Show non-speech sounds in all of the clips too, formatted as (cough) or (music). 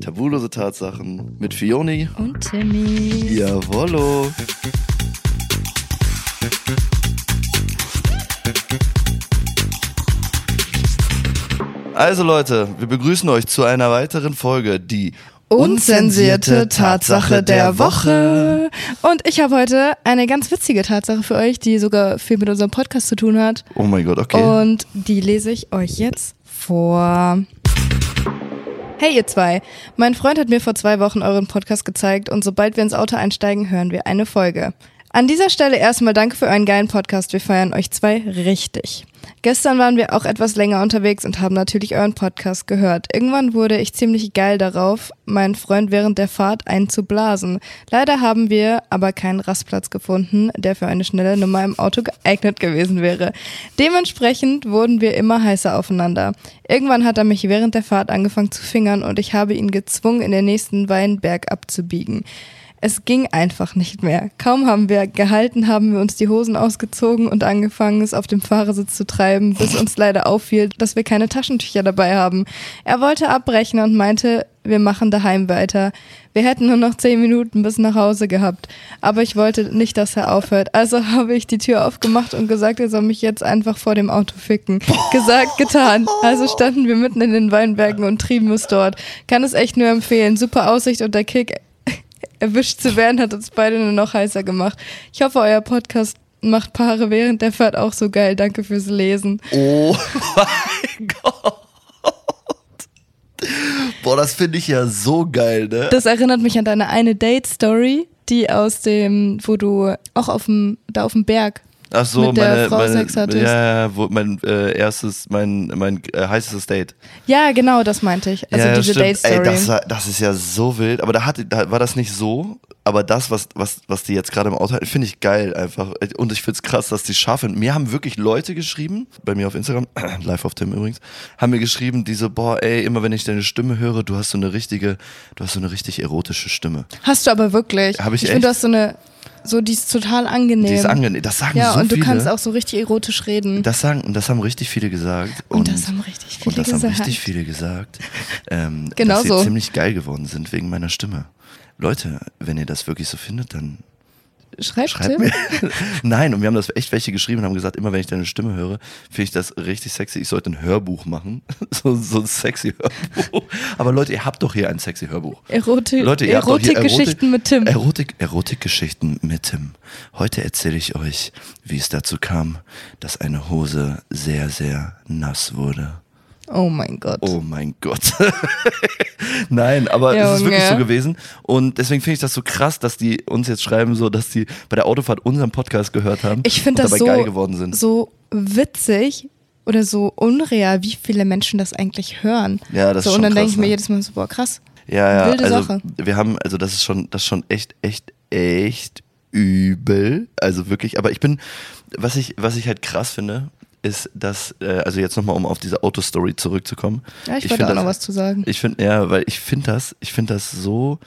Tabulose Tatsachen mit Fioni. Und Timmy. Jawollo. Also Leute, wir begrüßen euch zu einer weiteren Folge, die Unzensierte Tatsache der Woche. Und ich habe heute eine ganz witzige Tatsache für euch, die sogar viel mit unserem Podcast zu tun hat. Oh mein Gott, okay. Und die lese ich euch jetzt vor. Hey ihr zwei, mein Freund hat mir vor zwei Wochen euren Podcast gezeigt und sobald wir ins Auto einsteigen, hören wir eine Folge. An dieser Stelle erstmal danke für euren geilen Podcast, wir feiern euch zwei richtig. Gestern waren wir auch etwas länger unterwegs und haben natürlich euren Podcast gehört. Irgendwann wurde ich ziemlich geil darauf, meinen Freund während der Fahrt einzublasen. Leider haben wir aber keinen Rastplatz gefunden, der für eine schnelle Nummer im Auto geeignet gewesen wäre. Dementsprechend wurden wir immer heißer aufeinander. Irgendwann hat er mich während der Fahrt angefangen zu fingern und ich habe ihn gezwungen, in den nächsten Weinberg abzubiegen. Es ging einfach nicht mehr. Kaum haben wir gehalten, haben wir uns die Hosen ausgezogen und angefangen, es auf dem Fahrersitz zu treiben, bis uns leider auffiel, dass wir keine Taschentücher dabei haben. Er wollte abbrechen und meinte, wir machen daheim weiter. Wir hätten nur noch zehn Minuten bis nach Hause gehabt. Aber ich wollte nicht, dass er aufhört. Also (laughs) habe ich die Tür aufgemacht und gesagt, er soll mich jetzt einfach vor dem Auto ficken. Gesagt, getan. Also standen wir mitten in den Weinbergen und trieben es dort. Kann es echt nur empfehlen. Super Aussicht und der Kick (laughs) erwischt zu werden, hat uns beide nur noch heißer gemacht. Ich hoffe, euer Podcast macht Paare während der Fahrt auch so geil. Danke fürs Lesen. Oh (laughs) mein Gott. Boah, das finde ich ja so geil, ne? Das erinnert mich an deine eine Date-Story, die aus dem, wo du auch auf dem, da auf dem Berg. Ach so, mit der meine, Frau meine Sex hattest. ja, ja, wo mein äh, erstes, mein mein äh, heißestes Date. Ja, genau, das meinte ich. Also ja, diese stimmt. Ey, das, Date-Story. war- das ist ja so wild. Aber da, hatte, da war das nicht so. Aber das, was, was, was die jetzt gerade im Auto halten, finde ich geil einfach. Und ich finde es krass, dass die schaffen. Mir haben wirklich Leute geschrieben, bei mir auf Instagram, (clears throat) live auf Tim übrigens, haben mir geschrieben, diese, boah, ey, immer wenn ich deine Stimme höre, du hast so eine richtige, du hast so eine richtig erotische Stimme. Hast du aber wirklich. Hab ich ich finde, echt? du hast so eine, so die ist total angenehm. Die ist angenehm. Das sagen ja, so und du viele. kannst auch so richtig erotisch reden. das sagen, und das haben richtig viele gesagt. und das haben richtig viele Und das gesagt. haben richtig viele gesagt, (laughs) ähm, Genau dass sie so. ziemlich geil geworden sind wegen meiner Stimme. Leute, wenn ihr das wirklich so findet, dann Schreibt, schreibt mir. (laughs) Nein, und wir haben das echt welche geschrieben und haben gesagt, immer wenn ich deine Stimme höre, finde ich das richtig sexy. Ich sollte ein Hörbuch machen. (laughs) So, so ein sexy Hörbuch. Aber Leute, ihr habt doch hier ein sexy Hörbuch. Eroti Leute, ihr habt doch hier Erotikgeschichten mit Tim. Erotik, Erotikgeschichten mit Tim. Heute erzähle ich euch, wie es dazu kam, dass eine Hose sehr, sehr nass wurde. oh mein Gott. Oh mein Gott. (laughs) Nein, aber es ist Junge. wirklich so gewesen. Und deswegen finde ich das so krass, dass die uns jetzt schreiben, so dass die bei der Autofahrt unseren Podcast gehört haben Ich finde und dabei das so, geil geworden sind. so witzig oder so unreal, wie viele Menschen das eigentlich hören. Ja, das so, ist schon und dann denke krass, ich mir ne? jedes Mal so, boah, krass. ja, ja. wilde also Sache. wir haben, also das ist schon, das ist schon echt, echt, echt übel. Also wirklich, aber ich bin, was ich, was ich halt krass finde, ist, dass, äh, also jetzt nochmal, um auf diese Autostory zurückzukommen. Ja, ich, Ich wollte find auch noch das- was zu sagen. Ich finde, ja, weil ich finde das, ich finde das so.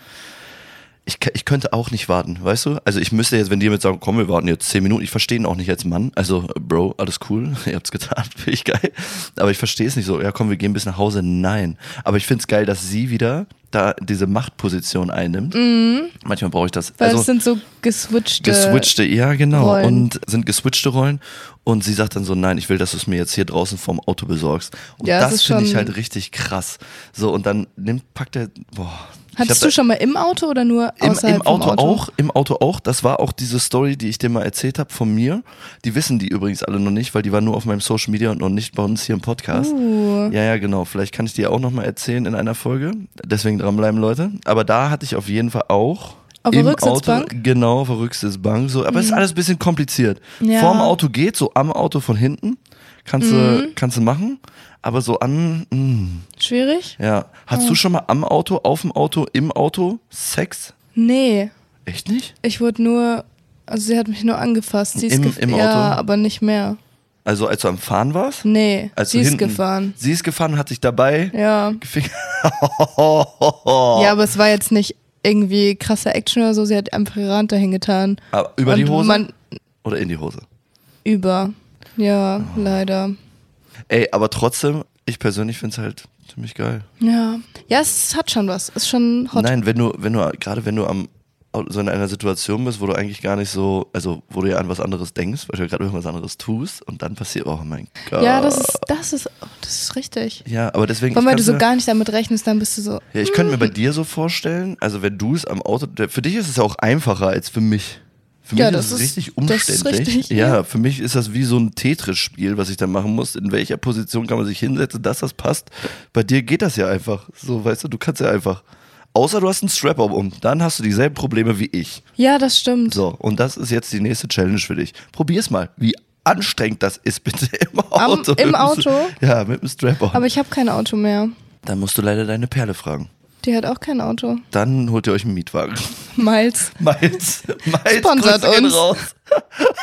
Ich, k- ich könnte auch nicht warten, weißt du? Also ich müsste jetzt, wenn die jetzt sagen, komm, wir warten jetzt zehn Minuten, ich verstehe ihn auch nicht als Mann. Also, äh, Bro, alles cool, (laughs) ihr habt's getan, finde ich geil. Aber ich verstehe es nicht so, ja komm, wir gehen bis nach Hause. Nein. Aber ich finde es geil, dass sie wieder da diese Machtposition einnimmt. Manchmal brauche ich das. Mhm. Weil also, es sind so geswitchte. Geswitchte, ja, genau. Rollen. Und sind geswitchte Rollen. Und sie sagt dann so, nein, ich will, dass du es mir jetzt hier draußen vorm Auto besorgst. Und Ja, das das ist finde ich schon- halt richtig krass. So, und dann nimmt, packt er, boah. Ich Hattest hab du schon mal im Auto oder nur da- im, außerhalb im Auto, vom Auto? auch, im Auto auch, das war auch diese Story, die ich dir mal erzählt habe von mir. Die wissen die übrigens alle noch nicht, weil die war nur auf meinem Social Media und noch nicht bei uns hier im Podcast. Uh, Ja, ja, genau. Vielleicht kann ich dir auch nochmal erzählen in einer Folge. Deswegen dranbleiben, Leute. Aber da hatte ich auf jeden Fall auch. Auf der im Rücksitzbank? Mhm. Auto, genau, auf der Rücksitzbank. So. Aber es ist alles ein bisschen kompliziert. Ja. Vorm Auto geht, so am Auto von hinten. Kannst, Mhm. du, kannst du machen. Aber so an. Mh, schwierig? ja. Hast du schon mal am Auto, auf dem Auto, im Auto Sex? Nee, Echt nicht? ich wurde nur. Also sie hat mich nur angefasst. Sie ist Im- gef- im Auto? Ja, aber nicht mehr. Also als du am Fahren warst? Nee, Als Hm, sie du ist Also hinten, gefahren. Sie ist gefahren, hat dich dabei Ja. gefickt. Oh. Ja, aber es war jetzt nicht irgendwie krasse Action oder so. Sie hat einfach ihre Hand dahin getan. Aber Ah, Über die Und Hose? Man, Oder in die Hose? über. Ja, leider. Oh. Ey, aber trotzdem, ich persönlich finde es halt ziemlich geil. Ja. Ja, es hat schon was. Ist schon hot. Nein, wenn du, wenn du, gerade wenn du am so in einer Situation bist, wo du eigentlich gar nicht so, also wo du ja an was anderes denkst, weil du ja gerade irgendwas anderes tust und dann passiert, oh mein Gott. Ja, das ist, das ist, oh, das ist richtig. Ja, aber deswegen. Weil ich wenn du könnte- so gar nicht damit rechnest, dann bist du so. Ja, ich (laughs) könnte mir bei dir so vorstellen, also wenn du es am Auto, der- für dich ist es ja auch einfacher als für mich. Für Ja, mich das ist es ist- richtig das ist umständlich. richtig, ja, ja. für mich ist das wie so ein Tetris-Spiel, was ich dann machen muss. In welcher Position kann man sich hinsetzen, dass das passt? Bei dir geht das ja einfach. So, weißt du, du kannst ja einfach. Außer du hast einen Strap-Up um, dann hast du dieselben Probleme wie ich. Ja, das stimmt. So, und das ist jetzt die nächste Challenge für dich. Probier's mal, wie anstrengend das ist (laughs) bitte im Am- Auto. im Mit dem- Auto? Ja, mit dem Strap-On. Aber ich habe kein Auto mehr. Dann musst du leider deine Perle fragen. Die hat auch kein Auto. (laughs) Dann holt ihr euch einen Mietwagen. Miles. (laughs) Miles, Miles Sponsert Grüße gehen uns. Raus.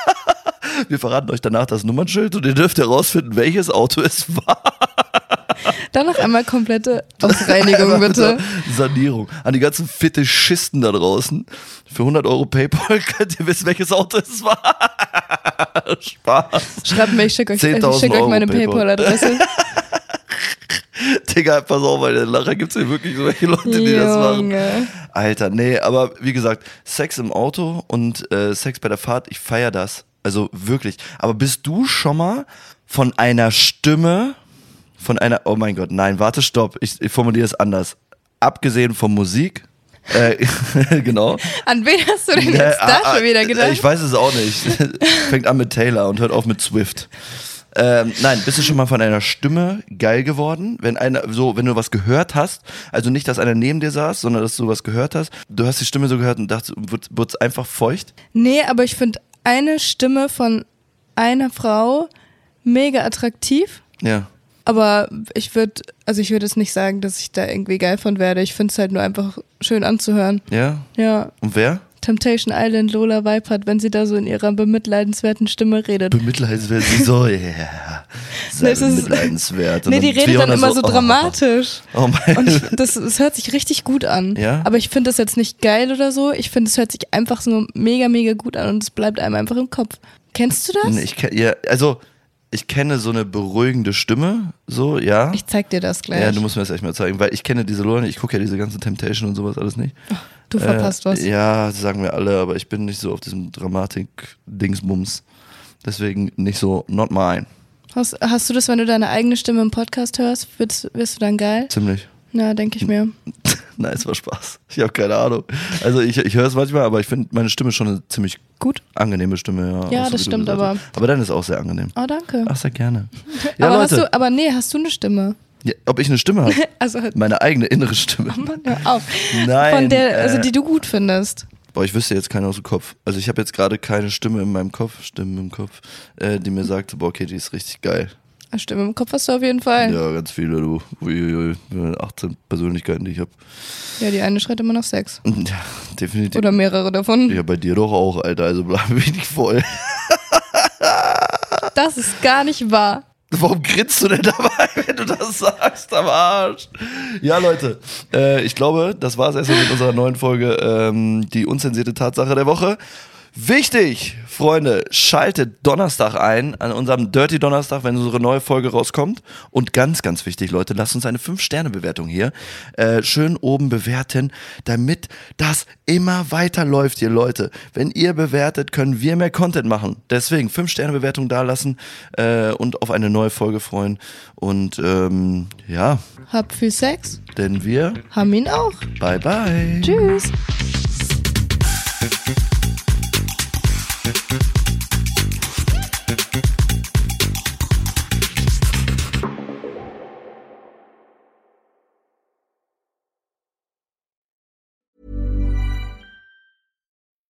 (laughs) Wir verraten euch danach das Nummernschild und ihr dürft herausfinden, welches Auto es war. Dann noch einmal komplette (laughs) Ausreinigung, bitte. Also, Sanierung. An die ganzen Fetischisten da draußen. Für 100 Euro Paypal (laughs) könnt ihr wissen, welches Auto es war. (laughs) Spaß. Schreibt mir, ich schicke euch, ich 10.000 schick euch Euro meine PayPal. (laughs) PayPal-Adresse. Digga, pass auf, weil nachher gibt's hier wirklich solche Leute, die das machen. Junge. Alter, nee, aber wie gesagt, Sex im Auto und äh, Sex bei der Fahrt, ich feier das. Also wirklich. Aber bist du schon mal von einer Stimme, von einer, oh mein Gott, nein, warte, stopp, ich, ich formuliere es anders. Abgesehen von Musik, äh, (laughs) genau. An wen hast du denn Nee, jetzt da ah, schon wieder ah, gedacht? Ich weiß es auch nicht. (laughs) Fängt an mit Taylor und hört auf mit Swift. Ähm, nein, bist du schon mal von einer Stimme geil geworden? Wenn einer, so, wenn du was gehört hast, also nicht, dass einer neben dir saß, sondern dass du was gehört hast, du hast die Stimme so gehört und dachtest, wird, wird's einfach feucht? Nee, aber ich finde eine Stimme von einer Frau mega attraktiv. Ja. Aber ich würde, also ich würde jetzt nicht sagen, dass ich da irgendwie geil von werde. Ich finde es halt nur einfach schön anzuhören. Ja? Ja, Und wer? Temptation Island, Lola Weipert, wenn sie da so in ihrer bemitleidenswerten Stimme redet. Bemitleidenswert, sie so, (laughs) ja. Nee, Sehr es ist- bemitleidenswert. Und nee, die dann redet dann Fiona immer so oh, dramatisch. Oh mein Und ich, das, das hört sich richtig gut an. Ja? Aber ich finde das jetzt nicht geil oder so. Ich finde, es hört sich einfach so mega, mega gut an und es bleibt einem einfach im Kopf. Kennst du (laughs) das? Nee, ich, Ich, ke- ja, also, ich kenne so eine beruhigende Stimme, so, ja. zeig dir das gleich. Ja, du du, musst mir das echt mal zeigen, weil ich kenne diese Lola nicht, ich gucke ja diese ganzen Temptation und sowas alles nicht. verpasst äh, was. Ja, das sagen wir alle, aber ich bin nicht so auf diesem Dramatik-Dingsbums. Deswegen nicht so, not mine. Hast, hast du das, wenn du deine eigene Stimme im Podcast hörst? Wirst, wirst du dann geil? Ziemlich. (laughs) Ja, denke ich mir. Nein, es war Spaß. Ich habe keine Ahnung. Also ich, ich höre es manchmal, aber ich finde meine Stimme schon eine ziemlich Gut. angenehme Stimme. Ja, Ja, so das wie du stimmt, gesagt hast. Aber dann ist auch sehr angenehm. Oh, danke. Ach, sehr (laughs) gerne. Ja, aber, Leute, hast du, aber nee, hast du eine Stimme? (laughs) ja, ob ich eine Stimme habe? Also, Meine eigene innere Stimme. hör auf. Nein, Von der, also äh, die du gut findest. Boah, ich wüsste jetzt keine aus dem Kopf. Also ich habe jetzt gerade keine Stimme in meinem Kopf, Stimme im Kopf, äh, die mir sagte, boah, okay, die ist richtig geil. Eine Stimme im Kopf hast du auf jeden Fall. Ja, Ja, ganz viele, du. Uiuiui, 18 Persönlichkeiten, die ich habe. die eine schreit immer nach Sex. (laughs) Ja, definitiv. Oder mehrere davon. ja, bei dir doch auch, Alter. Also bleib (laughs) mich nicht voll. Das ist gar nicht wahr. Warum grinst du denn dabei, (laughs) wenn du das sagst am Arsch? Ja, Leute, äh, ich glaube, das war's erstmal mit unserer neuen Folge, ähm, die unzensierte Tatsache der Woche. Wichtig, Freunde, schaltet Donnerstag ein, an unserem Dirty Donnerstag, wenn unsere neue Folge rauskommt. Und ganz, ganz wichtig, Leute, lasst uns eine 5-Sterne-Bewertung hier äh, schön oben bewerten, damit das immer weiterläuft, ihr Leute. Wenn ihr bewertet, können wir mehr Content machen. Deswegen 5-Sterne-Bewertung da lassen äh, und auf eine neue Folge freuen. Und ähm, ja, Hab viel Sex, denn wir, haben ihn auch. bye bye. Tschüss.